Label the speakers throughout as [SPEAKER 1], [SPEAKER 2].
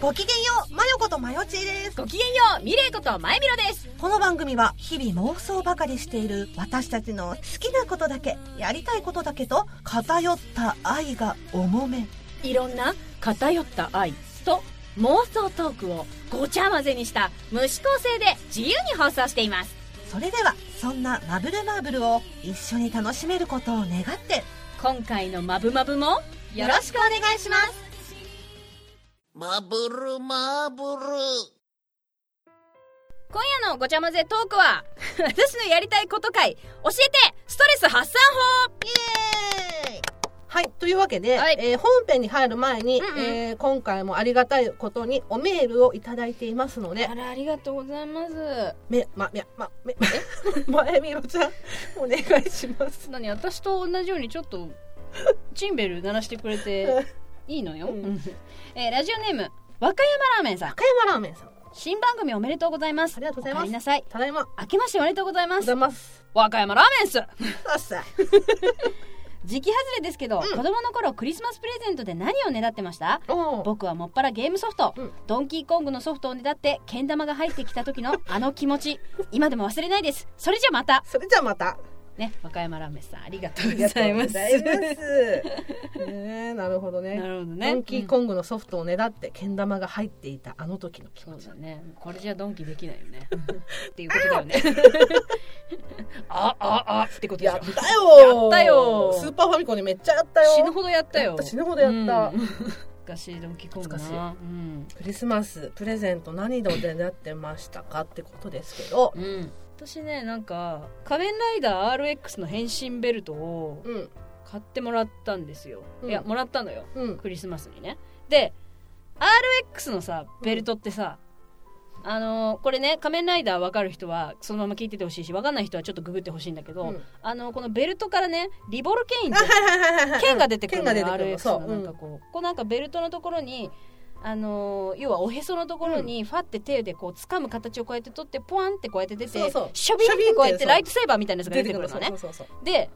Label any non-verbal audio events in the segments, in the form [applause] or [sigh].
[SPEAKER 1] ごきげんよう、まよことまよちーです。
[SPEAKER 2] ごきげんよう、ミレイことまえみろです。
[SPEAKER 1] この番組は日々妄想ばかりしている私たちの好きなことだけ、やりたいことだけと偏った愛が重め。
[SPEAKER 2] いろんな偏った愛と妄想トークをごちゃ混ぜにした無思考性で自由に放送しています。
[SPEAKER 1] それでは、そんなマブルマーブルを一緒に楽しめることを願って、
[SPEAKER 2] 今回のマブマブもよろしくお願いします。
[SPEAKER 3] マブルマーブル。
[SPEAKER 2] 今夜のごちゃ混ぜトークは、私のやりたいこと会、教えてストレス発散
[SPEAKER 4] はい、というわけで、
[SPEAKER 2] はい
[SPEAKER 4] えー本編に入る前に、
[SPEAKER 2] うんうん
[SPEAKER 4] えー今回もありがたいことにおメールをいただいていますので
[SPEAKER 2] 法、ら、ありがとうございます。
[SPEAKER 4] め、ま、め、ま、め、 [laughs] まえみろちゃん、お願いします。
[SPEAKER 2] 何私と同じようにちょっと、チンベル鳴らしてくれて、いいのよ。
[SPEAKER 4] うん
[SPEAKER 2] えーラジオネーム、和歌山ラーメンさん。
[SPEAKER 4] 岡山ラーメンさん、
[SPEAKER 2] 新番組おめでとうございます。
[SPEAKER 4] ありがとうござい
[SPEAKER 2] お
[SPEAKER 4] ます
[SPEAKER 2] かえりなさい。
[SPEAKER 4] ただいま、
[SPEAKER 2] 明けましておめでとうございま
[SPEAKER 4] ご
[SPEAKER 2] す
[SPEAKER 4] ざい。ます。
[SPEAKER 2] 和歌山ラーメンス
[SPEAKER 4] さっさ。
[SPEAKER 2] 時期外れですけど、子供の頃クリスマスプレゼントで何をねだってました
[SPEAKER 4] おー
[SPEAKER 2] 僕はもっぱらゲームソフト、
[SPEAKER 4] うん
[SPEAKER 2] ドンキーコングのソフトをねだってけん玉が入ってきた時
[SPEAKER 4] [laughs]
[SPEAKER 2] のあの気持ち今でも忘れないですそれじゃまた
[SPEAKER 4] それじゃあまた。
[SPEAKER 2] ね和歌山ラーメンさんありがとうございます
[SPEAKER 4] ありがとうございます。
[SPEAKER 2] [laughs]
[SPEAKER 4] ねえ、なるほどね。
[SPEAKER 2] なるほどね
[SPEAKER 4] ドンキーコングのソフトをねだって、けん玉が入っていたあの時の気
[SPEAKER 2] そ
[SPEAKER 4] 持
[SPEAKER 2] う
[SPEAKER 4] ち。
[SPEAKER 2] だねこれじゃドンキできないよ
[SPEAKER 4] [laughs]
[SPEAKER 2] ねっていうことだよねあああってことでし
[SPEAKER 4] や
[SPEAKER 2] ょ
[SPEAKER 4] った
[SPEAKER 2] やった
[SPEAKER 4] よー
[SPEAKER 2] よー
[SPEAKER 4] スーパーファミコンにめっちゃやったよー
[SPEAKER 2] 死ぬほどやったよ
[SPEAKER 4] やった死ぬほどやった
[SPEAKER 2] うん懐かしいドンキーコングな
[SPEAKER 4] 懐か
[SPEAKER 2] うん
[SPEAKER 4] クリスマスプレゼント何のでなってましたかってことですけど、
[SPEAKER 2] うん、私ねなんか「仮面ライダー RX」の変身ベルトを
[SPEAKER 4] うん
[SPEAKER 2] 買ってもらったんですよ、
[SPEAKER 4] うん
[SPEAKER 2] いやもらったのよ
[SPEAKER 4] うん、
[SPEAKER 2] クリスマスにねで RX のさベルトってさ、あのーこれね「仮面ライダー」分かる人はそのまま聞いててほしいし分かんない人はちょっとググってほしいんだけど、
[SPEAKER 4] うん
[SPEAKER 2] あのこのベルトからねリボルケインっ
[SPEAKER 4] あは
[SPEAKER 2] て
[SPEAKER 4] いはいはいはい
[SPEAKER 2] 剣が出てくるのよ
[SPEAKER 4] 剣が出てくる
[SPEAKER 2] RX の
[SPEAKER 4] そう
[SPEAKER 2] なんかこう、ここなんかベルトのところにあのー要はおへそのところにファって手でこう掴む形をこうやって取ってポワンってこうやって出て
[SPEAKER 4] そうそう
[SPEAKER 2] シャビンってこうやっ
[SPEAKER 4] シャビンってそ
[SPEAKER 2] て
[SPEAKER 4] う
[SPEAKER 2] ライトセーバーみたいなやつが出
[SPEAKER 4] 出
[SPEAKER 2] て
[SPEAKER 4] て
[SPEAKER 2] く
[SPEAKER 4] く
[SPEAKER 2] るの
[SPEAKER 4] るの
[SPEAKER 2] ね
[SPEAKER 4] ねそうそうそう
[SPEAKER 2] で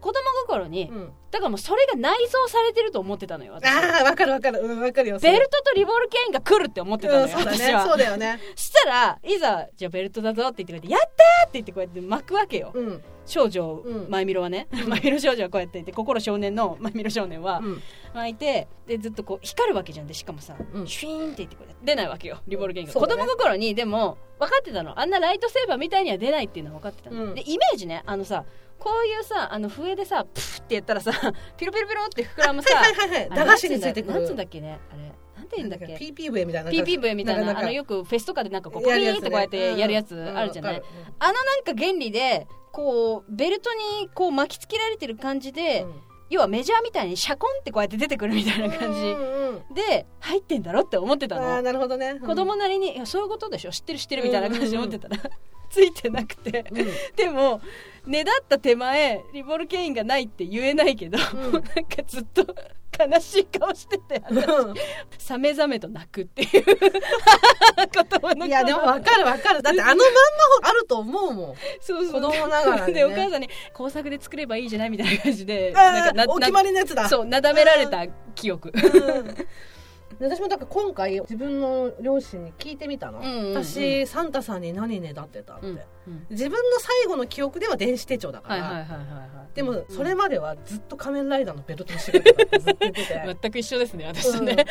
[SPEAKER 2] 子供心に
[SPEAKER 4] そう、うん、
[SPEAKER 2] だからもうそれが内蔵されてると思ってたのよ私
[SPEAKER 4] ああわかるわかるうんわかるよ
[SPEAKER 2] ベルトとリボルケインが来るって思ってたの
[SPEAKER 4] うん
[SPEAKER 2] よ、
[SPEAKER 4] そうだね
[SPEAKER 2] 私は
[SPEAKER 4] そうだよね
[SPEAKER 2] したらいざじゃあベルトだぞって言ってこうやって「やった!」って言ってこうやって巻くわけよ、
[SPEAKER 4] うんう
[SPEAKER 2] 少女
[SPEAKER 4] うん
[SPEAKER 2] まゆみろはね、まゆみろ少女はこうやっていて心少年のまゆみろ少年は、
[SPEAKER 4] ん
[SPEAKER 2] 巻いてでずっとこう光るわけじゃんでしかもさ、
[SPEAKER 4] うん
[SPEAKER 2] シュイーンって言ってこれ出ないわけよリボルゲンが、
[SPEAKER 4] そう
[SPEAKER 2] 子
[SPEAKER 4] だね
[SPEAKER 2] 供心にでも分かってたのあんなライトセーバーみたいには出ないっていうのは分かってたの、
[SPEAKER 4] うん
[SPEAKER 2] でイメージねあのさこういうさあの笛でさプフってやったらさピロピロピロって膨らむさ
[SPEAKER 4] はいはいはい
[SPEAKER 2] あ
[SPEAKER 4] 駄
[SPEAKER 2] れ
[SPEAKER 4] 菓子についてく
[SPEAKER 2] なん
[SPEAKER 4] る
[SPEAKER 2] つうんだっけねあれなんて言うんだっけ
[SPEAKER 4] PPV みたいな
[SPEAKER 2] PPV みたいな
[SPEAKER 4] なんか
[SPEAKER 2] あのよくフェスとかでなんかこうピ
[SPEAKER 4] やるや
[SPEAKER 2] ーンっ
[SPEAKER 4] つね
[SPEAKER 2] てこうやってやるやつ
[SPEAKER 4] うん
[SPEAKER 2] あるじゃない、
[SPEAKER 4] うんわかる
[SPEAKER 2] あのなんか原理でこうベルトにこう巻きつけられてる感じで、
[SPEAKER 4] うん
[SPEAKER 2] 要はメジャーみたいにシャコンってこうやって出てくるみたいな感じ、
[SPEAKER 4] うんうん
[SPEAKER 2] で入ってんだろって思ってた
[SPEAKER 4] ああ
[SPEAKER 2] の
[SPEAKER 4] なるほどね
[SPEAKER 2] 子供なりにいやそういうことでしょ知ってる知ってるみたいな感じで思ってたら [laughs] ついてなくて
[SPEAKER 4] うんうん
[SPEAKER 2] でもねだった手前リボルケインがないって言えないけど、 [laughs]
[SPEAKER 4] ん
[SPEAKER 2] なんかずっと悲しい顔しててさめざめと泣くっていう
[SPEAKER 4] [laughs]
[SPEAKER 2] 子供の
[SPEAKER 4] う
[SPEAKER 2] 頃
[SPEAKER 4] んいやでもわかるわかるだってあのまんまあると思うもん
[SPEAKER 2] そうそう
[SPEAKER 4] 子供ながらにね
[SPEAKER 2] でお母さんに工作で作ればいいじゃないみたいな感じで
[SPEAKER 4] あ
[SPEAKER 2] な
[SPEAKER 4] あ
[SPEAKER 2] んかな
[SPEAKER 4] お決まりのやつだ
[SPEAKER 2] そうなだめられた記憶
[SPEAKER 4] で私もだから今回自分の両親に聞いてみたの、
[SPEAKER 2] うんうんうん
[SPEAKER 4] 私サンタさんに何ねだってたって、
[SPEAKER 2] うんうん
[SPEAKER 4] 自分の最後の記憶では電子手帳だか
[SPEAKER 2] はい
[SPEAKER 4] ら、
[SPEAKER 2] はいはいはいはい
[SPEAKER 4] でもそれまではずっと仮面ライダーのベルトの仕事だってずっと言ってて
[SPEAKER 2] 全く一緒ですね私ね、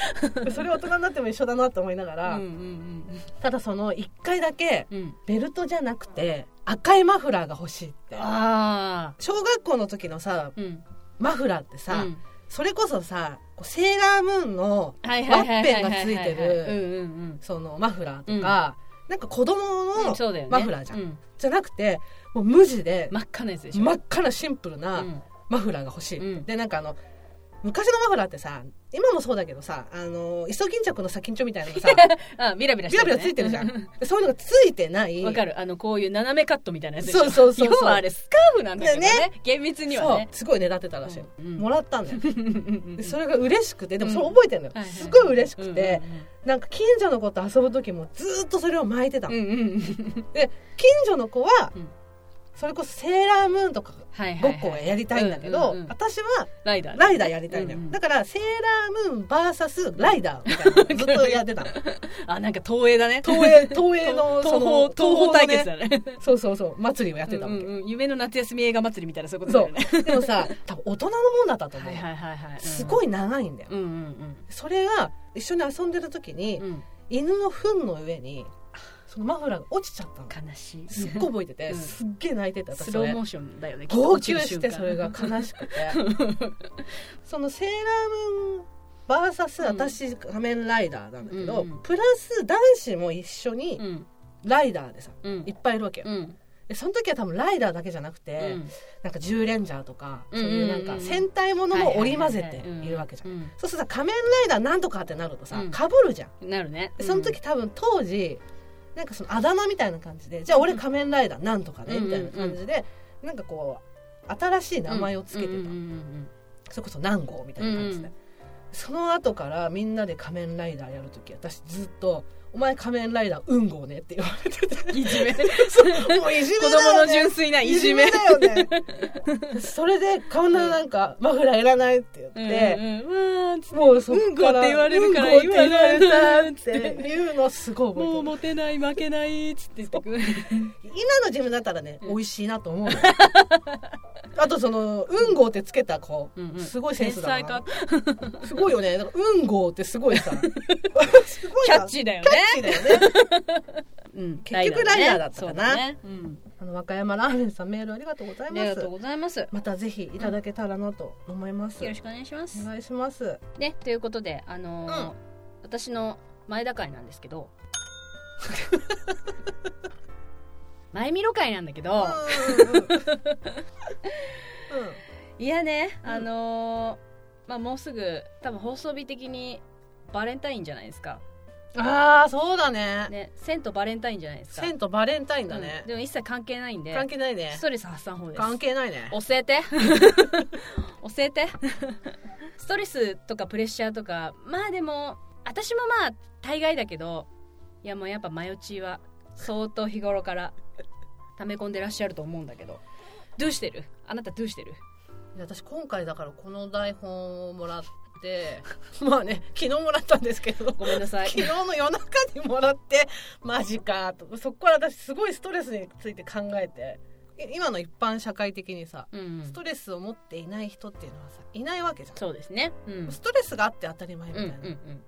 [SPEAKER 4] うんそれ大人になっても一緒だなと思いなが
[SPEAKER 2] うん
[SPEAKER 4] ら、
[SPEAKER 2] うん
[SPEAKER 4] ただその1回だけ
[SPEAKER 2] うんうん
[SPEAKER 4] ベルトじゃなくて赤いマフラーが欲しいって
[SPEAKER 2] あ
[SPEAKER 4] 小学校の時のさ
[SPEAKER 2] あうん
[SPEAKER 4] マフラーってさ、
[SPEAKER 2] うん
[SPEAKER 4] それこそさこうセーラームーンの
[SPEAKER 2] はいはいはいはいはいはい
[SPEAKER 4] ワッペンがついてる
[SPEAKER 2] うんうん
[SPEAKER 4] そのマフラーとか、なんか子供
[SPEAKER 2] うんう
[SPEAKER 4] の
[SPEAKER 2] んそうだよね
[SPEAKER 4] マフラーじゃん
[SPEAKER 2] う
[SPEAKER 4] じゃなくてもう無地で
[SPEAKER 2] 真っ赤なやつでしょ
[SPEAKER 4] 真っ赤なシンプルな
[SPEAKER 2] うん
[SPEAKER 4] マフラーが欲しい、
[SPEAKER 2] うん
[SPEAKER 4] でなんかあの昔のマフラーってさ今もそうだけどさあのイソギンチャクの先っちょみたいなのがさ
[SPEAKER 2] [laughs] あビラビラし
[SPEAKER 4] ビ
[SPEAKER 2] て
[SPEAKER 4] ラ
[SPEAKER 2] る
[SPEAKER 4] ビ
[SPEAKER 2] ね
[SPEAKER 4] ラついてるじゃん
[SPEAKER 2] う
[SPEAKER 4] でそういうのがついてない
[SPEAKER 2] わかるあのこういう斜めカットみたいなやつでしょ
[SPEAKER 4] そうそうそうそう
[SPEAKER 2] 要はあれスカーフなんだけどね厳密にはね
[SPEAKER 4] そうすごいねだってたらしい、
[SPEAKER 2] うんうん
[SPEAKER 4] もらったんだよ
[SPEAKER 2] うんうんうん
[SPEAKER 4] でそれが嬉しくてでもそれ
[SPEAKER 2] うん
[SPEAKER 4] 覚えてるのよ、
[SPEAKER 2] はいはい
[SPEAKER 4] すごい嬉しくて、
[SPEAKER 2] う
[SPEAKER 4] なんか近所の子と遊ぶ時もずーっとそれを巻いてたの、
[SPEAKER 2] んうんうんうんうん
[SPEAKER 4] で近所の子は
[SPEAKER 2] うん
[SPEAKER 4] それこそセーラームーンとか
[SPEAKER 2] はいはい
[SPEAKER 4] ご
[SPEAKER 2] はい
[SPEAKER 4] っこをやりたいんだけ
[SPEAKER 2] う
[SPEAKER 4] ど
[SPEAKER 2] んうんうん
[SPEAKER 4] 私は
[SPEAKER 2] ライダーね
[SPEAKER 4] ライダーやりたいんだよ
[SPEAKER 2] うんうん
[SPEAKER 4] だからセーラームーン VS ライダーみたいなのずっとやってたの
[SPEAKER 2] あなんか [laughs] 東映だね
[SPEAKER 4] 東映東映の
[SPEAKER 2] 東
[SPEAKER 4] そ
[SPEAKER 2] 宝
[SPEAKER 4] の
[SPEAKER 2] 東宝対決
[SPEAKER 4] 東宝のね
[SPEAKER 2] だね
[SPEAKER 4] そうそうそう祭りをやってたわけ、
[SPEAKER 2] うんうんうん夢の夏休み映画祭りみたいなそういうことだ
[SPEAKER 4] そ
[SPEAKER 2] よね
[SPEAKER 4] うでもさ多分大人のもんだったと思
[SPEAKER 2] は
[SPEAKER 4] う、
[SPEAKER 2] いはいはいはい
[SPEAKER 4] すご
[SPEAKER 2] い
[SPEAKER 4] い長いんだよ、
[SPEAKER 2] うんうん
[SPEAKER 4] それが一緒に遊んでる時に、
[SPEAKER 2] うんうん
[SPEAKER 4] 犬の糞の上にそのマフラーが落ちちゃったの
[SPEAKER 2] 悲しい
[SPEAKER 4] すっごい覚えてて、
[SPEAKER 2] うん
[SPEAKER 4] すっげえ泣いてた私
[SPEAKER 2] ス
[SPEAKER 4] そ
[SPEAKER 2] ロ
[SPEAKER 4] れ
[SPEAKER 2] ーモーションだよね
[SPEAKER 4] 号泣し
[SPEAKER 2] き
[SPEAKER 4] て
[SPEAKER 2] っ
[SPEAKER 4] そ
[SPEAKER 2] と
[SPEAKER 4] れ
[SPEAKER 2] 落ち
[SPEAKER 4] が
[SPEAKER 2] る瞬間
[SPEAKER 4] 悲し
[SPEAKER 2] [laughs]
[SPEAKER 4] くてそのセーラームーン VS 私仮面ライダーなんだけど、
[SPEAKER 2] うんうん
[SPEAKER 4] プラス男子も一緒に
[SPEAKER 2] うん
[SPEAKER 4] ライダーでさ、
[SPEAKER 2] うん
[SPEAKER 4] いっぱいいるわけよ、
[SPEAKER 2] うん
[SPEAKER 4] でその時は多分ライダーだけじゃなく
[SPEAKER 2] う
[SPEAKER 4] て、
[SPEAKER 2] ん
[SPEAKER 4] なんか10レンジャーとか、
[SPEAKER 2] うん
[SPEAKER 4] そういうなん
[SPEAKER 2] うん
[SPEAKER 4] か
[SPEAKER 2] うん
[SPEAKER 4] 戦隊ものも織り交ぜ
[SPEAKER 2] は
[SPEAKER 4] て
[SPEAKER 2] いはいはいはい
[SPEAKER 4] いるわけじゃん、
[SPEAKER 2] うんうん
[SPEAKER 4] そうするとさ仮面ライダーなんとかってなるとさ
[SPEAKER 2] うん
[SPEAKER 4] かぶるじゃん
[SPEAKER 2] なるね
[SPEAKER 4] でその時多分当時なんかそのあだ名みたいな感じでじゃあ俺仮面ライダーなんとかね
[SPEAKER 2] うん
[SPEAKER 4] みたいな感じでなんかこう新しい名前をつけ
[SPEAKER 2] う
[SPEAKER 4] て
[SPEAKER 2] んうん
[SPEAKER 4] た
[SPEAKER 2] うん
[SPEAKER 4] それこそ南郷みたいな感じで
[SPEAKER 2] うん
[SPEAKER 4] その後からみんなで仮面ライダーやる時私ずっと「お前仮面ライダー運号ね」って言わ
[SPEAKER 2] [laughs]
[SPEAKER 4] れてて
[SPEAKER 2] うんい
[SPEAKER 4] [laughs]
[SPEAKER 2] じめ
[SPEAKER 4] もういじめ
[SPEAKER 2] 子
[SPEAKER 4] だ
[SPEAKER 2] 供
[SPEAKER 4] よ
[SPEAKER 2] の
[SPEAKER 4] ね
[SPEAKER 2] 純粋ないじめ
[SPEAKER 4] だよね [laughs] それでこんななんかマフラーいらないって
[SPEAKER 2] う
[SPEAKER 4] 言
[SPEAKER 2] ん
[SPEAKER 4] って、
[SPEAKER 2] うんうん
[SPEAKER 4] もうそっか
[SPEAKER 2] うんこって言わ
[SPEAKER 4] ら
[SPEAKER 2] れるから
[SPEAKER 4] うんこって言われた
[SPEAKER 2] 言
[SPEAKER 4] っ
[SPEAKER 2] われたって
[SPEAKER 4] いうのすごい覚えて
[SPEAKER 2] も
[SPEAKER 4] る
[SPEAKER 2] うモテない負けないっつって言ってくる
[SPEAKER 4] 今の自分だったらね、美味しいなと
[SPEAKER 2] [laughs]
[SPEAKER 4] 思うよあとその「運号」ってつけた子、
[SPEAKER 2] うん [laughs] うん
[SPEAKER 4] すごいセン
[SPEAKER 2] 天
[SPEAKER 4] スだ
[SPEAKER 2] 才
[SPEAKER 4] な
[SPEAKER 2] か
[SPEAKER 4] すごいよねなんか運号ってすごい
[SPEAKER 2] [laughs]
[SPEAKER 4] さすごい
[SPEAKER 2] キャッ
[SPEAKER 4] な
[SPEAKER 2] チーだよ
[SPEAKER 4] キ
[SPEAKER 2] ね
[SPEAKER 4] ャッチーだよね
[SPEAKER 2] うん
[SPEAKER 4] 結局ライダーだった
[SPEAKER 2] そう
[SPEAKER 4] かな
[SPEAKER 2] だねうん
[SPEAKER 4] あの和歌山ラーメンさんメールありがとうござい
[SPEAKER 2] あ
[SPEAKER 4] ま
[SPEAKER 2] りがとう
[SPEAKER 4] す
[SPEAKER 2] ございますよ
[SPEAKER 4] またぜひいただけたらなと思います、
[SPEAKER 2] ろしくお願いします
[SPEAKER 4] お願いします
[SPEAKER 2] ねということであのー
[SPEAKER 4] うん
[SPEAKER 2] 私の前田会なんですけど
[SPEAKER 4] [laughs]
[SPEAKER 2] 前見ろ会なんだけど、
[SPEAKER 4] うんうんうんうん
[SPEAKER 2] いやね
[SPEAKER 4] うん
[SPEAKER 2] あのーまあもうすぐ多分放送日的にバレンタインじゃないですか
[SPEAKER 4] ああそうだね
[SPEAKER 2] ね銭湯バレンタインじゃないですか
[SPEAKER 4] 銭湯バレンタインだ
[SPEAKER 2] う
[SPEAKER 4] ね
[SPEAKER 2] ん、でも一切関係ないんで
[SPEAKER 4] 関係ないね
[SPEAKER 2] ストレス発散法です
[SPEAKER 4] 関係ないね
[SPEAKER 2] 教えて教えてストレスとかプレッシャーとかまあでも私もまあ大概だけどいやもうやっぱ前打ちは相当日頃から溜め込んでらっしゃると思うんだけどどうしてるあなたどうしてる
[SPEAKER 4] いや私今回だからこの台本をもらって [laughs] まあね昨日もらったんですけど
[SPEAKER 2] ごめんな
[SPEAKER 4] [laughs]
[SPEAKER 2] さい
[SPEAKER 4] 昨日の夜中にもらってマジかとそこから私すごいストレスについて考えてい今の一般社会的にさ
[SPEAKER 2] うんうん
[SPEAKER 4] ストレスを持っていない人っていうのはさいないわけじゃん
[SPEAKER 2] そうですねうんうん
[SPEAKER 4] ストレスがあって当たり前
[SPEAKER 2] う
[SPEAKER 4] みたい
[SPEAKER 2] ん
[SPEAKER 4] な、
[SPEAKER 2] うん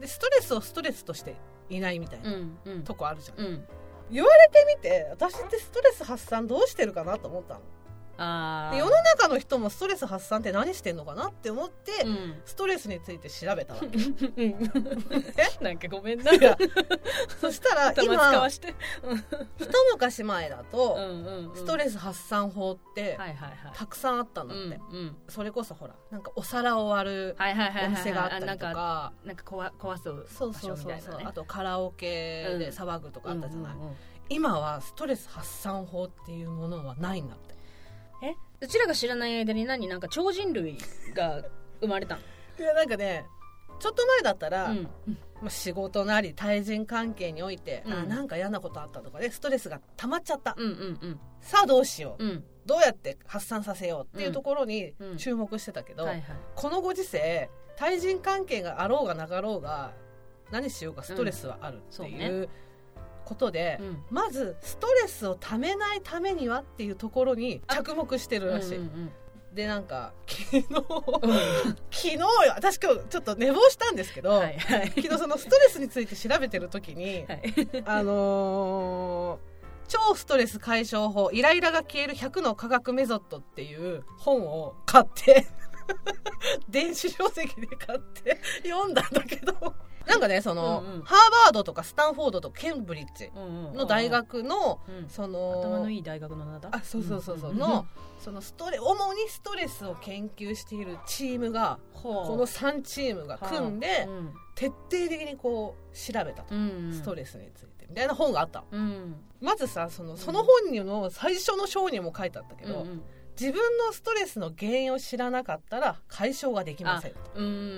[SPEAKER 4] でストレスをストレスとしていないみたい
[SPEAKER 2] うんう
[SPEAKER 4] なん
[SPEAKER 2] うん
[SPEAKER 4] とこあるじゃん、
[SPEAKER 2] うん
[SPEAKER 4] 言われてみて私ってストレス発散どうしてるかなと思ったの
[SPEAKER 2] あ
[SPEAKER 4] で
[SPEAKER 2] あ
[SPEAKER 4] 世の中の人もストレス発散って何してんのかなって思って、
[SPEAKER 2] うん
[SPEAKER 4] ストレスについて調べたわ
[SPEAKER 2] [laughs]
[SPEAKER 4] け
[SPEAKER 2] うんなん [laughs] かごめんない
[SPEAKER 4] やそした [laughs] ら
[SPEAKER 2] 頭使
[SPEAKER 4] 今
[SPEAKER 2] わして
[SPEAKER 4] 一昔前だと、
[SPEAKER 2] うんうんうん
[SPEAKER 4] ストレス発散法っ
[SPEAKER 2] はい
[SPEAKER 4] て、
[SPEAKER 2] はいはい
[SPEAKER 4] たくさんあったんだって、
[SPEAKER 2] うんうん
[SPEAKER 4] それこそほらなんかお皿を割る
[SPEAKER 2] はいはいはいはいはい
[SPEAKER 4] お店があったり
[SPEAKER 2] あ
[SPEAKER 4] とか,、
[SPEAKER 2] なんかなんか壊壊す
[SPEAKER 4] そう
[SPEAKER 2] 場
[SPEAKER 4] そ
[SPEAKER 2] 所
[SPEAKER 4] う
[SPEAKER 2] み
[SPEAKER 4] そ
[SPEAKER 2] た
[SPEAKER 4] う
[SPEAKER 2] い
[SPEAKER 4] そう、
[SPEAKER 2] なね
[SPEAKER 4] あとカラオケで騒ぐとかあったじゃない、
[SPEAKER 2] うんうんうん
[SPEAKER 4] 今はストレス発散法っていうものはないんだって
[SPEAKER 2] えうちらが知らない間に何なんか超人類が生まれたの
[SPEAKER 4] いやなんかねちょっと前だったら、
[SPEAKER 2] うん
[SPEAKER 4] まあ、仕事なり対人関係において、
[SPEAKER 2] うん
[SPEAKER 4] あなんか嫌なことあったとかでストレスが溜まっちゃった、
[SPEAKER 2] うんうんうん
[SPEAKER 4] さあどうしよう、
[SPEAKER 2] うん
[SPEAKER 4] どうやって発散させようっていうところに
[SPEAKER 2] うん
[SPEAKER 4] 注目してたけど、
[SPEAKER 2] はいはい
[SPEAKER 4] このご時世対人関係があろうがなかろうが何しようかストレスはあるって
[SPEAKER 2] うん
[SPEAKER 4] いうことで、
[SPEAKER 2] うん
[SPEAKER 4] まずストレスをためないためにはっていうところに着目してるらしい、
[SPEAKER 2] うんうん
[SPEAKER 4] でなんか昨日 [laughs] 昨
[SPEAKER 2] うん
[SPEAKER 4] 日よ私今日ちょっと寝坊したんですけど、
[SPEAKER 2] はいはい
[SPEAKER 4] 昨日そのストレスについて調べてる時に、
[SPEAKER 2] はい
[SPEAKER 4] あのー超ストレス解消法イライラが消える100の科学メソッドっていう本を買って [laughs] 電子書籍で買って読んだんだけどなんかねその、
[SPEAKER 2] うんうん
[SPEAKER 4] ハーバードとかスタンフォードとケンブリッジの大学の
[SPEAKER 2] うん
[SPEAKER 4] そ
[SPEAKER 2] 頭
[SPEAKER 4] の
[SPEAKER 2] のいい大学の名だ
[SPEAKER 4] あそうそうそうそう、
[SPEAKER 2] んん
[SPEAKER 4] のそのストレ主にストレスを研究しているチームが
[SPEAKER 2] ほう
[SPEAKER 4] この3チームが組んで
[SPEAKER 2] うん
[SPEAKER 4] 徹底的にこう調べたと、
[SPEAKER 2] うんうん
[SPEAKER 4] ストレスについてみたいな本があったの
[SPEAKER 2] うん
[SPEAKER 4] まずさそのその本にの最初の章にも書いてあったけ
[SPEAKER 2] うんう
[SPEAKER 4] ど、
[SPEAKER 2] ん
[SPEAKER 4] 自分のストレスの原因を知らなかったら解消ができません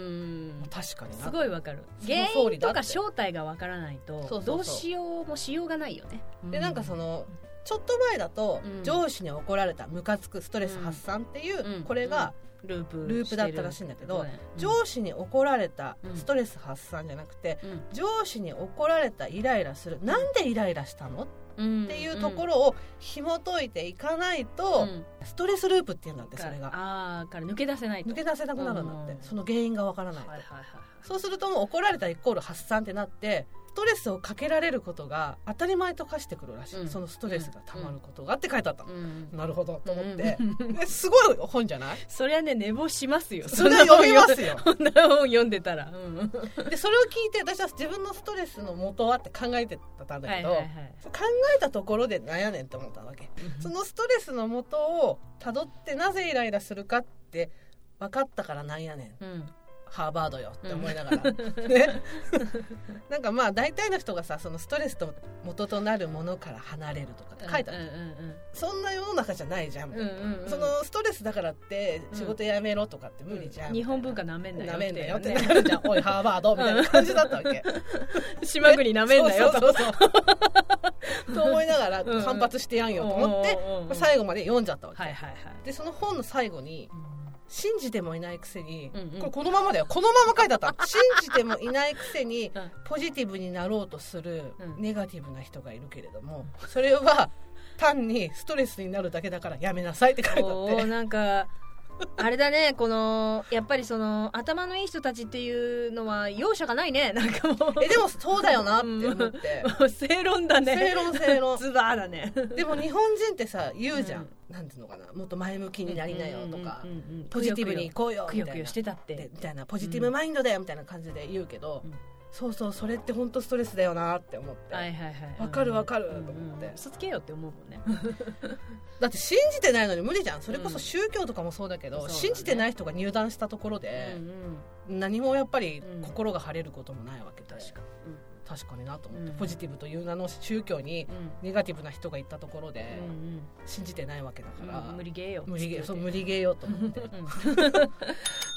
[SPEAKER 2] うん
[SPEAKER 4] 確かにな
[SPEAKER 2] すごいわかる
[SPEAKER 4] その
[SPEAKER 2] 原
[SPEAKER 4] 通
[SPEAKER 2] 因
[SPEAKER 4] りだっ
[SPEAKER 2] と
[SPEAKER 4] て
[SPEAKER 2] か正体がわからないと
[SPEAKER 4] そうそうそう
[SPEAKER 2] どうしようもしようがないよね
[SPEAKER 4] でなんか
[SPEAKER 2] の
[SPEAKER 4] そのちょっと前だと、
[SPEAKER 2] うん
[SPEAKER 4] 上司に怒られたムカつくストレス発散っていう、
[SPEAKER 2] うん
[SPEAKER 4] これが
[SPEAKER 2] ループ
[SPEAKER 4] ループだったらしいんだけど、
[SPEAKER 2] 司
[SPEAKER 4] 上司に怒られた
[SPEAKER 2] うん
[SPEAKER 4] ストレス発散じゃなくて、上司に怒られたイライラするなんでイライラしたのっ
[SPEAKER 2] って
[SPEAKER 4] いうところを紐解いていかないと、ストレスループっていうんだってそれが
[SPEAKER 2] ああーから抜け出せないと
[SPEAKER 4] 抜け出せなくなるんだって、
[SPEAKER 2] うん
[SPEAKER 4] その原因がわからないと、
[SPEAKER 2] はいはいはいはい
[SPEAKER 4] そうするともう怒られたイコール発散ってなってストレスをかけられることが当たり前と化してくるらしい、
[SPEAKER 2] うん
[SPEAKER 4] そのストレスがたまることがって書いてあったの、
[SPEAKER 2] うん
[SPEAKER 4] なるほどと思って
[SPEAKER 2] う、ん
[SPEAKER 4] ですごい本じゃない
[SPEAKER 2] そりゃね寝坊しますよ
[SPEAKER 4] それは読みます
[SPEAKER 2] よ
[SPEAKER 4] よ
[SPEAKER 2] そんな本読んでたら、うん、は
[SPEAKER 4] でそれを聞いて私は自分のストレスの元はって考えてたんだ
[SPEAKER 2] い
[SPEAKER 4] け
[SPEAKER 2] はい
[SPEAKER 4] ど、
[SPEAKER 2] はい
[SPEAKER 4] 考えたところで悩ねんって思ったわけそのストレスの元をたどってなぜイライラするかって分かったからなんやねん
[SPEAKER 2] うん
[SPEAKER 4] ハーバードよって思いながら、ねなんかまあ大体の人がさそのストレスと元となるものから離れるとかって書いてある、
[SPEAKER 2] うんうん
[SPEAKER 4] そんな世の中じゃないじゃん、
[SPEAKER 2] うんうんうんうん
[SPEAKER 4] そのストレスだからって仕事辞めろとかって無理じゃん、
[SPEAKER 2] 日本文化なめんなよ
[SPEAKER 4] なめんなよって
[SPEAKER 2] ね
[SPEAKER 4] なるじゃん、おいハーバードみたいな感じだったわけ
[SPEAKER 2] [laughs] 島国なめんなよ
[SPEAKER 4] そうそうそうそうと思いながら
[SPEAKER 2] うんうん
[SPEAKER 4] 反発してやんよと思って
[SPEAKER 2] うんうんうん
[SPEAKER 4] 最後まで読んじゃったわけ、
[SPEAKER 2] はいはいはい
[SPEAKER 4] でその本の最後に信じてもいないくせに、
[SPEAKER 2] うんうん
[SPEAKER 4] これこのままだよこのまま書いてあった信じてもいないく
[SPEAKER 2] [laughs]
[SPEAKER 4] せに
[SPEAKER 2] うん
[SPEAKER 4] ポジティブになろうとする
[SPEAKER 2] うん
[SPEAKER 4] ネガティブな人がいるけれどもそれは単にストレスになるだけだからやめなさいって書いてあ
[SPEAKER 2] お
[SPEAKER 4] っ
[SPEAKER 2] ー
[SPEAKER 4] て
[SPEAKER 2] なんかあれだねこのやっぱりその頭のいい人たちっていうのは容赦がないねなんかもう
[SPEAKER 4] えでもそうだよなって思って
[SPEAKER 2] もう正論だ
[SPEAKER 4] 正
[SPEAKER 2] ね
[SPEAKER 4] 論正論
[SPEAKER 2] ズバーだね
[SPEAKER 4] でも日本人ってさ言うじゃん、
[SPEAKER 2] うん
[SPEAKER 4] なんていうのかなもっと前向きになりなよとか、
[SPEAKER 2] うんうんうんうん
[SPEAKER 4] ポジティブに行こうよ
[SPEAKER 2] く
[SPEAKER 4] み
[SPEAKER 2] よ
[SPEAKER 4] た
[SPEAKER 2] く
[SPEAKER 4] い
[SPEAKER 2] よ
[SPEAKER 4] な
[SPEAKER 2] してたって
[SPEAKER 4] でみたいなポジティブマインドだよみたいな感じで言うけど、
[SPEAKER 2] うん
[SPEAKER 4] そうそうそれって本当ストレスだよなって思って、
[SPEAKER 2] はいはいはい
[SPEAKER 4] わかるわかる
[SPEAKER 2] うん
[SPEAKER 4] と思って
[SPEAKER 2] うん嘘つけよって思うもんね
[SPEAKER 4] だって信じてないのに無理じゃんそれこそ宗教とかもそうだけど、
[SPEAKER 2] うんそうだね
[SPEAKER 4] 信じてない人が入団したところで
[SPEAKER 2] う、んうん
[SPEAKER 4] 何もやっぱり
[SPEAKER 2] うん
[SPEAKER 4] 心が晴れることもないわけで、
[SPEAKER 2] 確か
[SPEAKER 4] 確かになと思って、
[SPEAKER 2] うん
[SPEAKER 4] ポジティブという名の宗教に
[SPEAKER 2] に
[SPEAKER 4] ネガティブな人が行ったところで、
[SPEAKER 2] うんうん
[SPEAKER 4] 信じてないわけだから、
[SPEAKER 2] うん無理ゲーよ
[SPEAKER 4] 無理ゲーそう無
[SPEAKER 2] 理
[SPEAKER 4] 理ゲーよ
[SPEAKER 2] [laughs]
[SPEAKER 4] と思って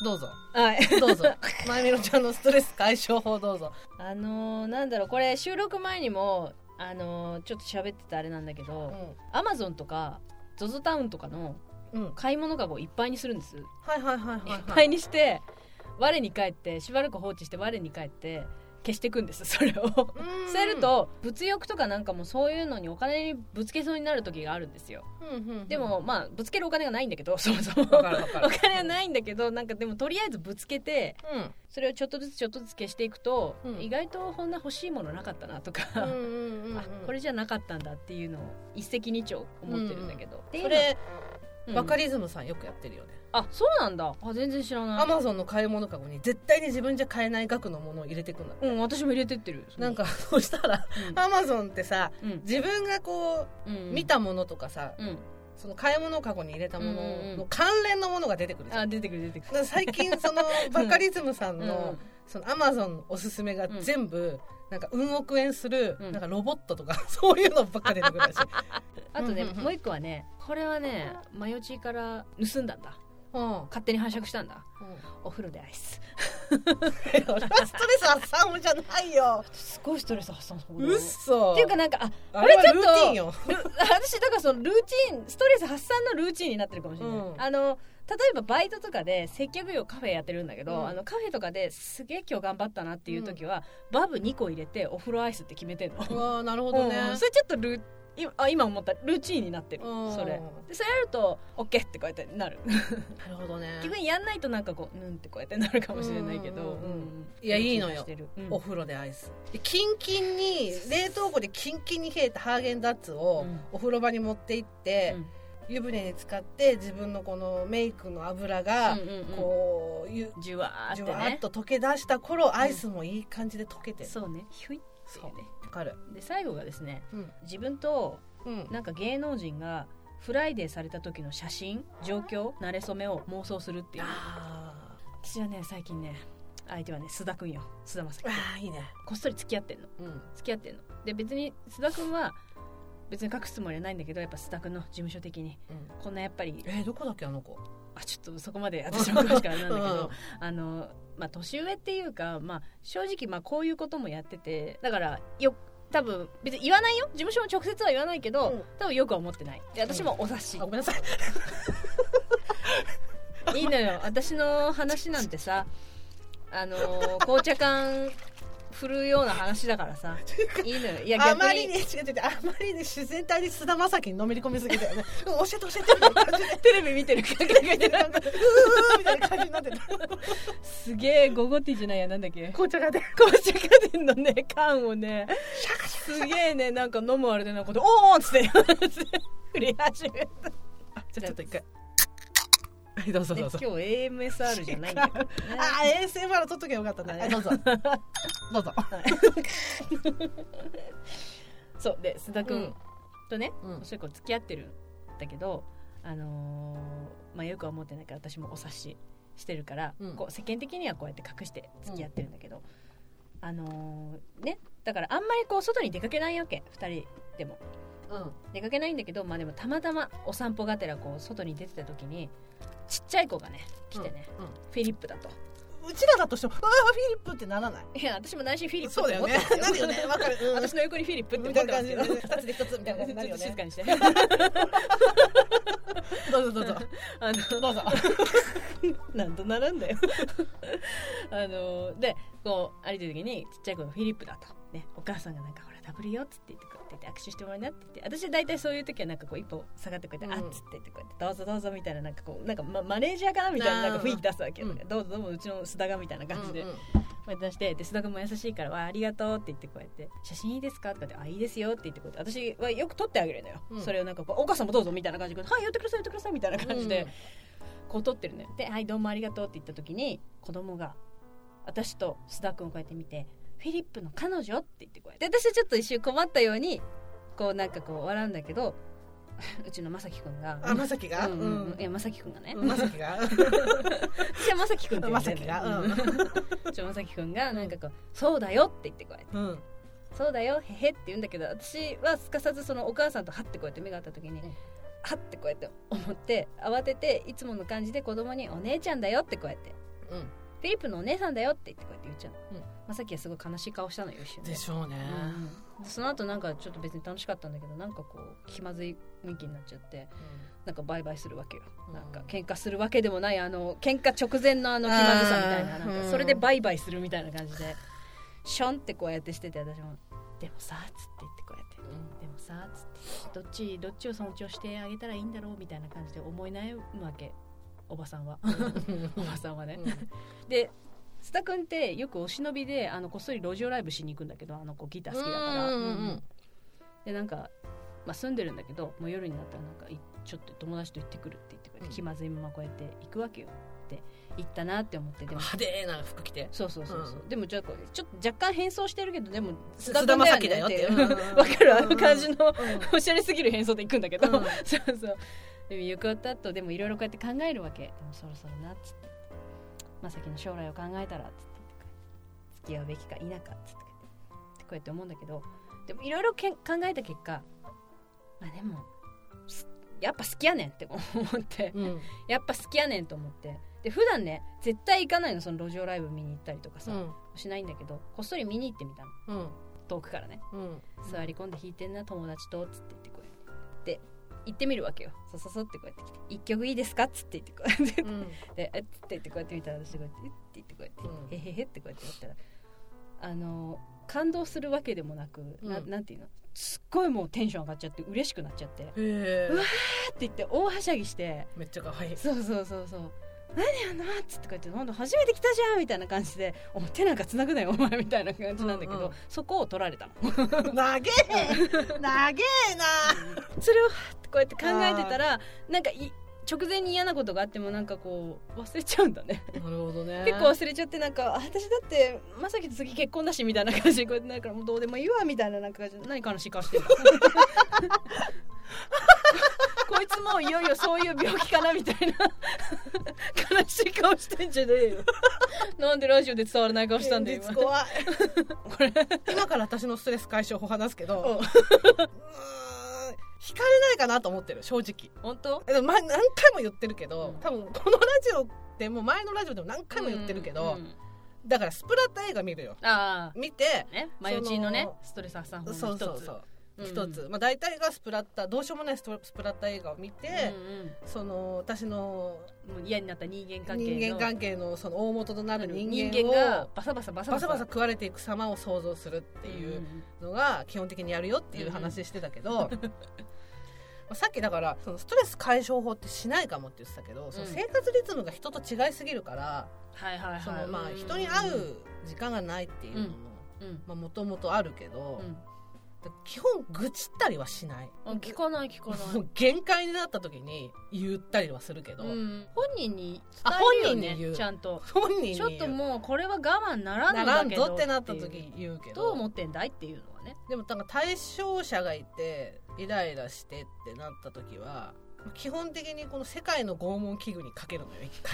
[SPEAKER 4] どうぞ
[SPEAKER 2] はい
[SPEAKER 4] ど
[SPEAKER 2] [laughs]
[SPEAKER 4] うぞまゆみろちゃんのストレス解消法どうぞ
[SPEAKER 2] あのーなんだろうこれ収録前にもあのーちょっと喋ってたあれなんだけど、アマゾンとか ZOZO タウンとかの
[SPEAKER 4] うん、うん、
[SPEAKER 2] 買い物かごいっぱいにするんです、
[SPEAKER 4] はいはいはい
[SPEAKER 2] い、
[SPEAKER 4] はい
[SPEAKER 2] っ
[SPEAKER 4] は
[SPEAKER 2] ぱ
[SPEAKER 4] い
[SPEAKER 2] いにして我に返ってしばらく放置して我に返って消していくんですそれをそう
[SPEAKER 4] うん
[SPEAKER 2] する、と物欲とかなんかもそういうのにお金にぶつけそうになる時があるんですよ
[SPEAKER 4] うんうんうん
[SPEAKER 2] でもまあぶつけるお金がないんだけどそもそも
[SPEAKER 4] わかるわかる
[SPEAKER 2] お金はないんだけどなんかでもとりあえずぶつけて
[SPEAKER 4] うん
[SPEAKER 2] それをちょっとずつちょっとずつ消していくと、
[SPEAKER 4] うん
[SPEAKER 2] 意外とこんな欲しいものなかったなとか、
[SPEAKER 4] うんうんうんうん
[SPEAKER 2] あこれじゃなかったんだっていうのを一石二鳥思ってるんだけど、
[SPEAKER 4] それ
[SPEAKER 2] うん
[SPEAKER 4] バカリズムさんよくやってるよね、
[SPEAKER 2] あそうなんだあ全然知ら
[SPEAKER 4] ア
[SPEAKER 2] ない
[SPEAKER 4] マゾンの買い物かごに絶対に自分じゃ買えない額のものを入れていくんだ
[SPEAKER 2] うん私も入れてってる
[SPEAKER 4] なんかそしたらアマゾンってさ
[SPEAKER 2] うんうん
[SPEAKER 4] 自分がこ
[SPEAKER 2] うん
[SPEAKER 4] う見たものとかさ
[SPEAKER 2] うん
[SPEAKER 4] その買い物かごに入れたも
[SPEAKER 2] うんうんう
[SPEAKER 4] の
[SPEAKER 2] ん
[SPEAKER 4] の関連のものが出てくるじゃ
[SPEAKER 2] あ
[SPEAKER 4] ん
[SPEAKER 2] 出てくる出てく
[SPEAKER 4] だから最近そのバカリズムさん
[SPEAKER 2] る [laughs]
[SPEAKER 4] の、そのアマゾンのおすすめが
[SPEAKER 2] うん
[SPEAKER 4] 全部、なんか運億円する、
[SPEAKER 2] うん
[SPEAKER 4] なんかロボットとか [laughs] そういうのばっか出てくるらしい
[SPEAKER 2] あとね、
[SPEAKER 4] うんうんうん
[SPEAKER 2] もう一個はねこれはねマヨチーから盗んだんだ
[SPEAKER 4] うん、うん
[SPEAKER 2] 勝手に拝借したんだお風呂でアイス
[SPEAKER 4] え俺
[SPEAKER 2] [laughs]
[SPEAKER 4] はストレス発散じゃないよ
[SPEAKER 2] すごいストレス発散す
[SPEAKER 4] うっ
[SPEAKER 2] っ
[SPEAKER 4] そ
[SPEAKER 2] ていうかなんかあ
[SPEAKER 4] あれは
[SPEAKER 2] これち
[SPEAKER 4] ル
[SPEAKER 2] ょっ
[SPEAKER 4] ーテ
[SPEAKER 2] と
[SPEAKER 4] ィンよ
[SPEAKER 2] ル私だからそのルーチンストレス発散のルーチンになってるかもしれない、
[SPEAKER 4] うん
[SPEAKER 2] あの例えばバイトとかで接客業カフェやってるんだけど、
[SPEAKER 4] うん
[SPEAKER 2] あのカフェとかですげえ今日頑張ったなっていう時は、バブ2個入れてお風呂アイスって決めてんの、
[SPEAKER 4] うわーなるほどね、
[SPEAKER 2] うんそれちょっとルー今あ今思ったルーチンになってる、
[SPEAKER 4] うん
[SPEAKER 2] それでそれやると OK ってこうやってなる、
[SPEAKER 4] なるほどね
[SPEAKER 2] 逆にやんないとなんかこううんってこうやってなるかもしれないけど、
[SPEAKER 4] うんうんうん
[SPEAKER 2] うん
[SPEAKER 4] いやいいのよ
[SPEAKER 2] してるうん
[SPEAKER 4] お風呂でアイスでキンキンに冷凍庫でキンキンに冷えたハーゲンダッツ
[SPEAKER 2] う
[SPEAKER 4] を
[SPEAKER 2] ん
[SPEAKER 4] お風呂場に持って行って、湯船に浸かって自分のこのメイクの油が
[SPEAKER 2] うんうんうん
[SPEAKER 4] こうゆ
[SPEAKER 2] うんじゅわーっ
[SPEAKER 4] じ
[SPEAKER 2] て
[SPEAKER 4] ゅ
[SPEAKER 2] ね
[SPEAKER 4] わーっと溶け出した頃アイスもいい感じで溶けてる
[SPEAKER 2] そうねひゅいっていうね
[SPEAKER 4] わかる
[SPEAKER 2] で最後がですね
[SPEAKER 4] うん
[SPEAKER 2] 自分と
[SPEAKER 4] うん
[SPEAKER 2] なんか芸能人がフライデーされた時の写真状況慣れ初めを妄想するっていう
[SPEAKER 4] あ
[SPEAKER 2] 私はね最近ね相手はね須田くんよ須田まさ
[SPEAKER 4] ー
[SPEAKER 2] き
[SPEAKER 4] あーいいね
[SPEAKER 2] こっそり付き合ってんの
[SPEAKER 4] うん
[SPEAKER 2] 付き合ってんので別に須田くんは別に隠すつもりはないんだけどやっぱ須田くんの事務所的にこんなやっぱり
[SPEAKER 4] えーどこだっけあの子
[SPEAKER 2] あちょっとそこまで私も詳しくあれなんだけ
[SPEAKER 4] うんうん
[SPEAKER 2] どあのまあ年上っていうかまあ正直まあこういうこともやっててだからよ多分別に言わないよ事務所も直接は言わないけど、
[SPEAKER 4] うん
[SPEAKER 2] 多分よくは思ってないで私もお察し
[SPEAKER 4] あ、ご、めんなさい。
[SPEAKER 2] いいのよ私の話なんてさあのー紅茶缶振るような話だから [laughs] さいいのよいや
[SPEAKER 4] あ
[SPEAKER 2] 逆
[SPEAKER 4] まり
[SPEAKER 2] に
[SPEAKER 4] に、違う違う違う、あまりに自然体に菅田将暉にのめり込みすぎたよね。うん教えて教えてみたいな感じで。
[SPEAKER 2] テレビ見てる感 [laughs] 覚みたいな
[SPEAKER 4] なんかうーうーみたいな感じになってた。
[SPEAKER 2] すげえゴゴティーじゃないやなんだっけ
[SPEAKER 4] 紅茶が出る。
[SPEAKER 2] 紅茶家電のね缶をねすげえねなんか飲むあれでなんかで「おーお!」っつって振り始めた
[SPEAKER 4] あじゃあちょっと一回。 [laughs] はい、どうぞ
[SPEAKER 2] で
[SPEAKER 4] ど
[SPEAKER 2] 今
[SPEAKER 4] う
[SPEAKER 2] 日
[SPEAKER 4] ぞ。
[SPEAKER 2] AMSR じゃないんだけどね
[SPEAKER 4] あー、ASMR 撮っときゃよかったね。はいどうぞ。 [laughs] どうぞ。
[SPEAKER 2] そうで須田君、
[SPEAKER 4] うん
[SPEAKER 2] とね
[SPEAKER 4] うん
[SPEAKER 2] それこう付き合ってるんだけどあのーまあよくは思ってないから私もお察ししてるから、
[SPEAKER 4] うん
[SPEAKER 2] こう世間的にはこうやって隠して付き合ってるんだけど、あのーねだからあんまりこう外に出かけないわけ2人でも
[SPEAKER 4] うん。
[SPEAKER 2] 出かけないんだけどまあでもたまたまお散歩がてらこう外に出てた時にちっちゃい子がね来てね、
[SPEAKER 4] うんうん
[SPEAKER 2] フィリップだと
[SPEAKER 4] うちらだとしても、あーフィリップってならない。
[SPEAKER 2] いや私も内心フィリップ
[SPEAKER 4] そう
[SPEAKER 2] っ
[SPEAKER 4] だ
[SPEAKER 2] て思
[SPEAKER 4] よ
[SPEAKER 2] っ
[SPEAKER 4] ね
[SPEAKER 2] てます。よ
[SPEAKER 4] なるよね。わかる。 [laughs] うん
[SPEAKER 2] 私の横にフィリップって
[SPEAKER 4] み
[SPEAKER 2] 思
[SPEAKER 4] た
[SPEAKER 2] っ
[SPEAKER 4] い
[SPEAKER 2] て
[SPEAKER 4] な
[SPEAKER 2] ま
[SPEAKER 4] 感
[SPEAKER 2] す
[SPEAKER 4] じ
[SPEAKER 2] けど
[SPEAKER 4] で、ね、二つで一つみたいな感じになる
[SPEAKER 2] [laughs] ちょっ
[SPEAKER 4] よ
[SPEAKER 2] と静
[SPEAKER 4] ね
[SPEAKER 2] か。 [laughs] にして
[SPEAKER 4] どうぞどうぞ。
[SPEAKER 2] あの
[SPEAKER 4] どうぞ。
[SPEAKER 2] [laughs] なんとならんだよあのでこう歩いてる時にちっちゃい子のフィリップだと、ね、お母さんがなんか「ほらダブルよ」っつって言ってこうやって握手してもらいなって言って私大体そういう時はなんかこう一歩下がってこうやって「
[SPEAKER 4] うん
[SPEAKER 2] あっ」つって言ってこうやって「どうぞどうぞ」みたいななんかこうなんかママネージャーかなみたいななんか雰囲気出すわけよ、
[SPEAKER 4] うん
[SPEAKER 2] どうぞどうぞうちの須田がみたいな感じで、
[SPEAKER 4] うんうん
[SPEAKER 2] こうやって出してで須田君も優しいから「わあありがとう」って言ってこうやって「写真いいですか?」とかって「あいいですよ」って言ってこうやって私はよく撮ってあげるのよ、
[SPEAKER 4] うん
[SPEAKER 2] それをなんかこう「お母さんもどうぞ」みたいな感じで「はいやってくださいやってください」みたいな感じで、
[SPEAKER 4] うん
[SPEAKER 2] こう撮ってるのよで「はいどうもありがとう」って言った時に子供が私と須田君をこうやって見て「フィリップの彼女?」って言ってこうやってで私はちょっと一瞬困ったようにこうなんかこう笑うんだけど [laughs] うちのまさきくんが
[SPEAKER 4] あ、まさきが。
[SPEAKER 2] う
[SPEAKER 4] うん
[SPEAKER 2] うんうん、い
[SPEAKER 4] ん。
[SPEAKER 2] やまさきくんがね、 [laughs]
[SPEAKER 4] まさき [laughs] が。
[SPEAKER 2] 私はまさきくんって呼んでんのよ
[SPEAKER 4] まさきがうん
[SPEAKER 2] うんう [laughs] ちのまさきくんがなんかこう「そうだよ」って言ってこうやって
[SPEAKER 4] うん。
[SPEAKER 2] 「そうだよへへ」って言うんだけど私はすかさずそのお母さんとはってこうやって目が合った時に
[SPEAKER 4] うん
[SPEAKER 2] 「はってこうやって思って慌てていつもの感じで子供に「お姉ちゃんだよ」ってこうやって
[SPEAKER 4] う
[SPEAKER 2] 「
[SPEAKER 4] ん。
[SPEAKER 2] フィリップのお姉さんだよ」って言ってこうやって言っちゃうの、
[SPEAKER 4] うん
[SPEAKER 2] まさきはすごい悲しい顔したのよ一瞬
[SPEAKER 4] でしょうね。
[SPEAKER 2] うんでその後なんかちょっと別に楽しかったんだけどなんかこう気まずい雰囲気になっちゃってなんかバイバイするわけよ、
[SPEAKER 4] うん
[SPEAKER 2] なんか喧嘩するわけでもないあの喧嘩直前のあの気まずさみたいな
[SPEAKER 4] あ
[SPEAKER 2] な
[SPEAKER 4] ー
[SPEAKER 2] ん
[SPEAKER 4] う
[SPEAKER 2] か
[SPEAKER 4] ん
[SPEAKER 2] それでバイバイするみたいな感じでションってこうやってしてて私も「でもさ」っつって言ってこうやって
[SPEAKER 4] うん
[SPEAKER 2] 「でもさ」っつって「どっちどっちを尊重してあげたらいいんだろう」みたいな感じで思い悩むわけおばさんは [laughs]
[SPEAKER 4] [laughs]
[SPEAKER 2] おばさんはね、で須田君ってよくお忍びであのこっそり路上ライブしに行くんだけどあの子ギター好きだから
[SPEAKER 4] うんうんうん
[SPEAKER 2] うんでなんか、まあ、住んでるんだけどもう夜になったらなんかいちょっと友達と行ってくるって言ってこうやっ
[SPEAKER 4] うん
[SPEAKER 2] て気まずいままこうやって行くわけよって行ったなって思ってでも
[SPEAKER 4] 派手な服着て。
[SPEAKER 2] そうそうそうそう、でもちょっとちょっと若干変装してるけどでも
[SPEAKER 4] す
[SPEAKER 2] 菅田将暉だよって
[SPEAKER 4] 菅田将暉だよっ
[SPEAKER 2] う
[SPEAKER 4] てうんん
[SPEAKER 2] [laughs] わかるあの感じの
[SPEAKER 4] う
[SPEAKER 2] [laughs]
[SPEAKER 4] ん
[SPEAKER 2] おしゃれすぎる変装で行くんだけど、
[SPEAKER 4] うん
[SPEAKER 2] [laughs] そうそうでもよくあったとでもいろいろこうやって考えるわけでもそろそろなっつってまさきの将来を考えたらっつって付き合うべきか否かっつってこうやって思うんだけどでもいろいろけん考えた結果まあでもすやっぱ好きやねんって思って
[SPEAKER 4] うん。
[SPEAKER 2] やっぱ好きやねんと思ってで普段ね絶対行かないのその路上ライブ見に行ったりとかさ、
[SPEAKER 4] うん。
[SPEAKER 2] しないんだけどこっそり見に行ってみたの
[SPEAKER 4] うん。
[SPEAKER 2] 遠くからね
[SPEAKER 4] うん。
[SPEAKER 2] 座り込んで弾いてんな友達とっつって言ってこうやってで行ってみるわけよそそそってこうやって来て「一曲いいですか?」っつって言ってこうやって
[SPEAKER 4] うん。
[SPEAKER 2] でえっつって言ってこうやって見たら私こうやって「えっ?」て言ってこうやって「へへへ」ってこうやってやったらあの感動するわけでもなく、な
[SPEAKER 4] うん
[SPEAKER 2] なんていうのすっごいもうテンション上がっちゃって嬉しくなっちゃって「あ
[SPEAKER 4] へえ
[SPEAKER 2] うわって言って大はしゃぎして
[SPEAKER 4] めっちゃ可愛い。
[SPEAKER 2] そうそうそうそう何やなっつってこうやって「なんだ初めて来たじゃん」みたいな感じで「お前手なんか繋ぐなよお前」みたいな感じなんだけど、
[SPEAKER 4] うんうん
[SPEAKER 2] そこを取られたの。
[SPEAKER 4] 投げえ投げえな
[SPEAKER 2] それをはってこうやって考えてたらなんかい直前に嫌なことがあってもなんかこう忘れちゃうんだね
[SPEAKER 4] なるほどね。
[SPEAKER 2] 結構忘れちゃってなんかあ私だってまさきと次結婚だしみたいな感じでこうやってないからもうどうでもいいわみたいななんか感じで何悲しい顔 [laughs] してるこいつもういよいよそういう病気かなみたいな悲しい顔してんじゃねえよなんでラジオで伝わらない顔したんだよ
[SPEAKER 4] 現
[SPEAKER 2] 今
[SPEAKER 4] 実
[SPEAKER 2] こ
[SPEAKER 4] 怖い。
[SPEAKER 2] れ
[SPEAKER 4] 今から私のストレス解消法話すけど、
[SPEAKER 2] う
[SPEAKER 4] う
[SPEAKER 2] ん
[SPEAKER 4] ーん惹かれないかなと思ってる正直
[SPEAKER 2] 本当
[SPEAKER 4] でもま何回も言ってるけど、
[SPEAKER 2] うん
[SPEAKER 4] 多分このラジオでも前のラジオでも何回も言ってるけど、
[SPEAKER 2] うん
[SPEAKER 4] だからスプラッタ映画見るよ
[SPEAKER 2] あ
[SPEAKER 4] 見て
[SPEAKER 2] あねマヨチーのね
[SPEAKER 4] その
[SPEAKER 2] ストレス発散法の一つ
[SPEAKER 4] そうそうそう
[SPEAKER 2] うん
[SPEAKER 4] 一つ、まあ、大体がスプラッタどうしようもないストスプラッタ映画を見
[SPEAKER 2] う
[SPEAKER 4] て、
[SPEAKER 2] ん
[SPEAKER 4] その私の
[SPEAKER 2] うんもう嫌になった人間関係の
[SPEAKER 4] 人間関係のその大元となる人間を
[SPEAKER 2] 人間がバサバサバサ
[SPEAKER 4] バサバサ食われていく様を想像するっていうんのが基本的にやるよっていう話してたけど、まあさっきだからそのストレス解消法ってしないかもって言ってたけど、その
[SPEAKER 2] うん
[SPEAKER 4] 生活リズムが人と違いすぎるから、
[SPEAKER 2] はいはいはい
[SPEAKER 4] そのまあ
[SPEAKER 2] うん
[SPEAKER 4] 人に会う時間がないっていうのも。
[SPEAKER 2] うん
[SPEAKER 4] まあもともとあるけど、
[SPEAKER 2] うん
[SPEAKER 4] だから基本愚痴ったりはしない
[SPEAKER 2] あ聞かない聞かな
[SPEAKER 4] も
[SPEAKER 2] いう
[SPEAKER 4] 限界になった時に言ったりはするけど、
[SPEAKER 2] うん本人に
[SPEAKER 4] あ
[SPEAKER 2] 伝えるよ
[SPEAKER 4] 本人に言
[SPEAKER 2] ね
[SPEAKER 4] う
[SPEAKER 2] ちゃんと
[SPEAKER 4] 本人に
[SPEAKER 2] ちょっと
[SPEAKER 4] う
[SPEAKER 2] もうこれは我慢ならん
[SPEAKER 4] な
[SPEAKER 2] の
[SPEAKER 4] ら
[SPEAKER 2] だ
[SPEAKER 4] ん
[SPEAKER 2] けど
[SPEAKER 4] ぞってなった
[SPEAKER 2] ってい
[SPEAKER 4] 時
[SPEAKER 2] う
[SPEAKER 4] 言うけど
[SPEAKER 2] どう思ってんだいっていうのはね
[SPEAKER 4] でもなんか対象者がいてイライラしてってなった時は基本的にこの世界の拷問器具にかけるのよ一回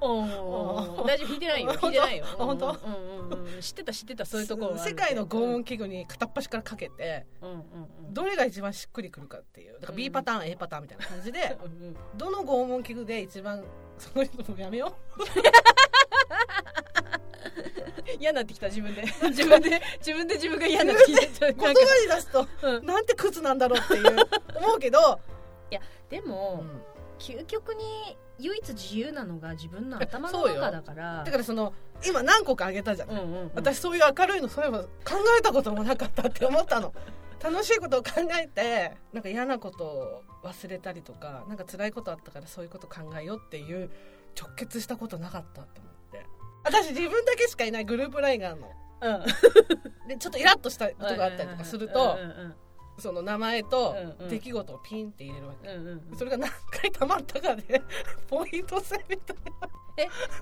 [SPEAKER 2] 大丈夫引いてないよ引いてないよ
[SPEAKER 4] あ本当
[SPEAKER 2] うんうんうんうん知ってた知ってた [laughs] そういうところはある
[SPEAKER 4] 世界の拷問器具に片っ端からかけて
[SPEAKER 2] うんうんうん
[SPEAKER 4] どれが一番しっくりくるかっていうだから B パターン、A パターンみたいな感じ
[SPEAKER 2] [laughs]
[SPEAKER 4] で
[SPEAKER 2] うんうん
[SPEAKER 4] どの拷問器具で一番その人もうやめよ
[SPEAKER 2] 嫌になってきた自 [laughs] 分で自分で自分で自分が嫌になってきた
[SPEAKER 4] う言葉に出すと
[SPEAKER 2] うん
[SPEAKER 4] [laughs] なんてクズなんだろうっていう思うけど、
[SPEAKER 2] でも、究極に唯一自由なのが自分の頭の
[SPEAKER 4] そうよ
[SPEAKER 2] 中だから
[SPEAKER 4] だからその今何個かあげたじゃん、
[SPEAKER 2] うんうんうん、
[SPEAKER 4] 私そういう明るいのそういえば考えたこともなかったって思ったの楽しいことを考えてなんか嫌なことを忘れたりとかなんか辛いことあったからそういうこと考えようっていう直結したことなかったって思って私自分だけしかいないグループラインがあるの
[SPEAKER 2] うん、
[SPEAKER 4] でちょっとイラッとしたことがあったりとかする
[SPEAKER 2] う
[SPEAKER 4] と
[SPEAKER 2] んうん
[SPEAKER 4] その名前と
[SPEAKER 2] うんうん
[SPEAKER 4] 出来事をピンって入れるわけ
[SPEAKER 2] うんうんうん
[SPEAKER 4] それが何回たまったかで [laughs] ポイント制みたい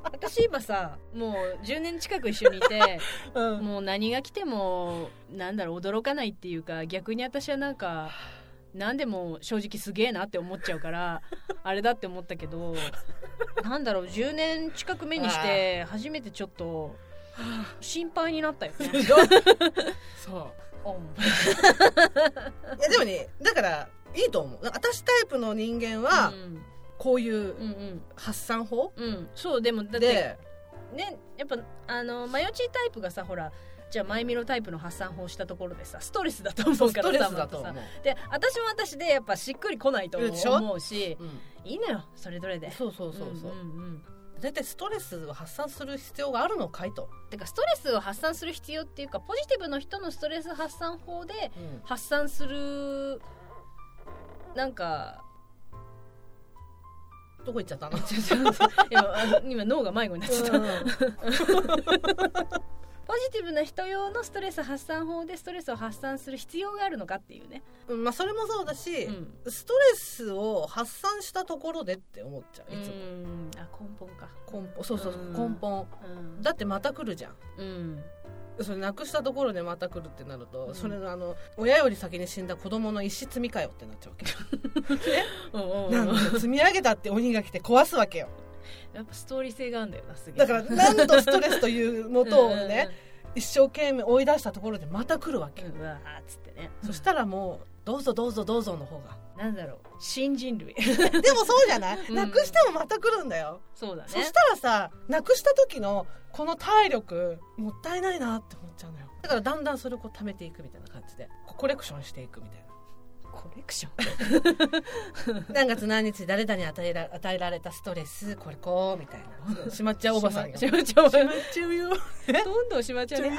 [SPEAKER 2] 私今さもう10年近く一緒にいて
[SPEAKER 4] な、
[SPEAKER 2] もう何が来てもなんだろう驚かないっていうか逆に私はなんか何でも正直すげえなって思っちゃうから
[SPEAKER 4] [laughs]
[SPEAKER 2] あれだって思ったけどなんだろう10年近く目にして初めてちょっと心配になったよね。
[SPEAKER 4] [laughs] [laughs] そう
[SPEAKER 2] うん
[SPEAKER 4] いやでもねだからいいと思う私タイプの人間は
[SPEAKER 2] うん
[SPEAKER 4] こういう
[SPEAKER 2] うんうん
[SPEAKER 4] 発散法
[SPEAKER 2] うん、そうでもだって
[SPEAKER 4] で
[SPEAKER 2] ねやっぱあのマヨチータイプがさほらじゃあマイミロタイプの発散法したところでさストレスだと思う
[SPEAKER 4] ス
[SPEAKER 2] から
[SPEAKER 4] ト
[SPEAKER 2] さ
[SPEAKER 4] レスだと
[SPEAKER 2] ま
[SPEAKER 4] 思
[SPEAKER 2] た
[SPEAKER 4] う
[SPEAKER 2] さ、で私も私でやっぱしっくりこないと
[SPEAKER 4] でしょ
[SPEAKER 2] 思うし
[SPEAKER 4] うん
[SPEAKER 2] いいのよそれぞれで
[SPEAKER 4] そうそうそうそう
[SPEAKER 2] うんうんうん
[SPEAKER 4] 大体ストレスを発散する必要があるのかいと、
[SPEAKER 2] てかストレスを発散する必要っていうかポジティブの人のストレス発散法で発散するなんか [laughs]
[SPEAKER 4] どこ行っちゃったの
[SPEAKER 2] 今あの今脳が迷子になっちゃったポジティブな人用のストレス発散法でストレスを発散する必要があるのかっていうね、
[SPEAKER 4] うんまあそれもそうだし、
[SPEAKER 2] うん、
[SPEAKER 4] ストレスを発散したところでって思っちゃういつも
[SPEAKER 2] うんあ根本か
[SPEAKER 4] 根本そうそうそう
[SPEAKER 2] うん
[SPEAKER 4] 根本
[SPEAKER 2] うん
[SPEAKER 4] だってまた来るじゃん
[SPEAKER 2] うん
[SPEAKER 4] それなくしたところでまた来るってなると、
[SPEAKER 2] うん
[SPEAKER 4] それのあの親より先に死んだ子供の一室みかよってなっちゃうわけなんか積み上げたって鬼が来て壊すわけよ
[SPEAKER 2] やっぱストーリー性があるんだよなすげえ
[SPEAKER 4] だからなんとストレスというもとをね、一生懸命追い出したところでまた来るわ
[SPEAKER 2] う
[SPEAKER 4] け、
[SPEAKER 2] んうんうんうわーっつってね
[SPEAKER 4] そしたらもうどうぞどうぞどうぞの方 [laughs] が
[SPEAKER 2] なんだろう新人類
[SPEAKER 4] でもそうじゃない、
[SPEAKER 2] うん
[SPEAKER 4] なくしてもまた来るんだよ、
[SPEAKER 2] そうだね
[SPEAKER 4] そしたらさなくした時のこの体力もったいないなって思っちゃうのよだからだんだんそれをこう貯めていくみたいな感じでこうコレクションしていくみたいな
[SPEAKER 2] コレクション
[SPEAKER 4] 何月何日誰々に与えら与えられたストレスこれこうみたいな [laughs] しまっちゃうおばさんよ
[SPEAKER 2] しまっちゃうおばさん
[SPEAKER 4] ちゃうよ
[SPEAKER 2] どんどんしまっちゃうね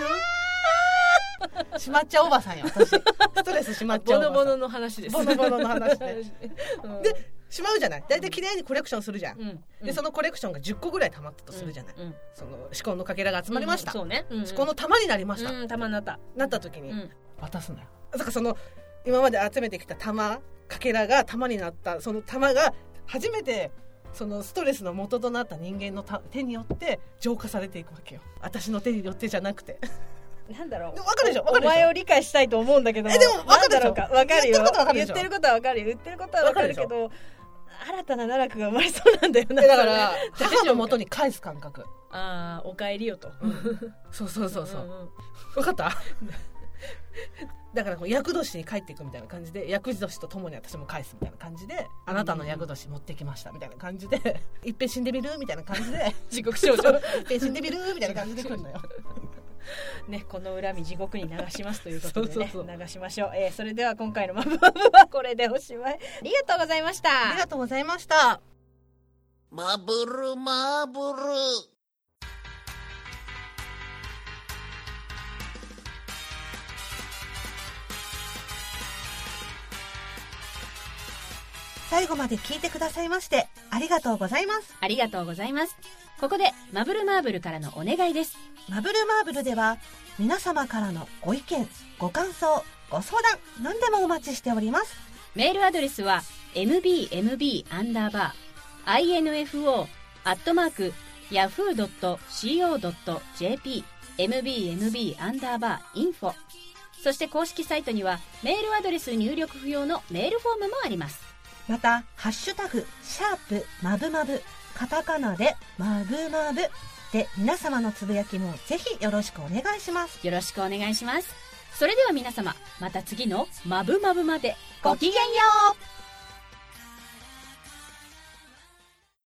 [SPEAKER 4] しまっちゃうおばさんよ私ストレスしまっち
[SPEAKER 2] ボ
[SPEAKER 4] ゃうお
[SPEAKER 2] ノ
[SPEAKER 4] ば
[SPEAKER 2] ボ
[SPEAKER 4] さ
[SPEAKER 2] ノ
[SPEAKER 4] ん
[SPEAKER 2] の話です
[SPEAKER 4] ボノボノの話ね
[SPEAKER 2] [laughs] うん
[SPEAKER 4] でしまうじゃない大体綺麗にコレクションするじゃん、
[SPEAKER 2] うん
[SPEAKER 4] でそのコレクションが10個ぐらい溜まったとするじゃない、
[SPEAKER 2] うんうん
[SPEAKER 4] その思考のかけらが集まりました、
[SPEAKER 2] うんそうね
[SPEAKER 4] 思考の玉になりました、
[SPEAKER 2] うんたまになった
[SPEAKER 4] なった時
[SPEAKER 2] う
[SPEAKER 4] に
[SPEAKER 2] ん
[SPEAKER 4] 渡すのよだからその今まで集めてきた玉かけらが玉になったその玉が初めてそのストレスの元となった人間のた手によって浄化されていくわけよ私の手によってじゃなくて
[SPEAKER 2] なんだろう
[SPEAKER 4] でも分かるでしょ分かる
[SPEAKER 2] お
[SPEAKER 4] でしょ
[SPEAKER 2] 前を理解したいと思うんだけど
[SPEAKER 4] えでも分かるで
[SPEAKER 2] な
[SPEAKER 4] しょ
[SPEAKER 2] んだろうか分かるよ
[SPEAKER 4] 言ってることは分かるで
[SPEAKER 2] 言っ
[SPEAKER 4] しょ
[SPEAKER 2] てることは分かるよ言ってることは分かるけ
[SPEAKER 4] 分か
[SPEAKER 2] ど新たな奈落が生まれそうなんだよな
[SPEAKER 4] [laughs] だから
[SPEAKER 2] それね
[SPEAKER 4] 母の元に返す感覚
[SPEAKER 2] ああおかえりよと
[SPEAKER 4] そうそうそうそう
[SPEAKER 2] うんうん
[SPEAKER 4] 分かった [laughs] だからこう厄年に帰っていくみたいな感じで厄年とともに私も返すみたいな感じであなたの厄年持ってきましたみたいな感じでいっぺん死んでみるみたいな感じで
[SPEAKER 2] 地獄少
[SPEAKER 4] そう
[SPEAKER 2] 女
[SPEAKER 4] いっぺん死んでみるみたいな感じで来るのよ
[SPEAKER 2] ねこの恨み地獄に流しますということでね
[SPEAKER 4] そうそうそう
[SPEAKER 2] 流しましょう、えーそれでは今回のマブマブはこれでおしまいありがとうございました
[SPEAKER 4] ありがとうございました
[SPEAKER 3] マブルマブル。
[SPEAKER 1] 最後まで聞いてくださいましてありがとうございます
[SPEAKER 2] ありがとうございますここでマブルマーブルからのお願いです
[SPEAKER 1] マブルマーブルでは皆様からのご意見ご感想ご相談何でもお待ちしております
[SPEAKER 2] メールアドレスは mbmb アンダーバー info アットマーク yahoo.co.jp mbmb アンダーバー info そして公式サイトにはメールアドレス入力不要のメールフォームもあります
[SPEAKER 1] また、ハッシュタグ、シャープ、まぶまぶ、カタカナで、まぶまぶで、皆様のつぶやきもぜひよろしくお願いします。
[SPEAKER 2] よろしくお願いしますそれでは皆様また次の「まぶまぶ」までごきげんよう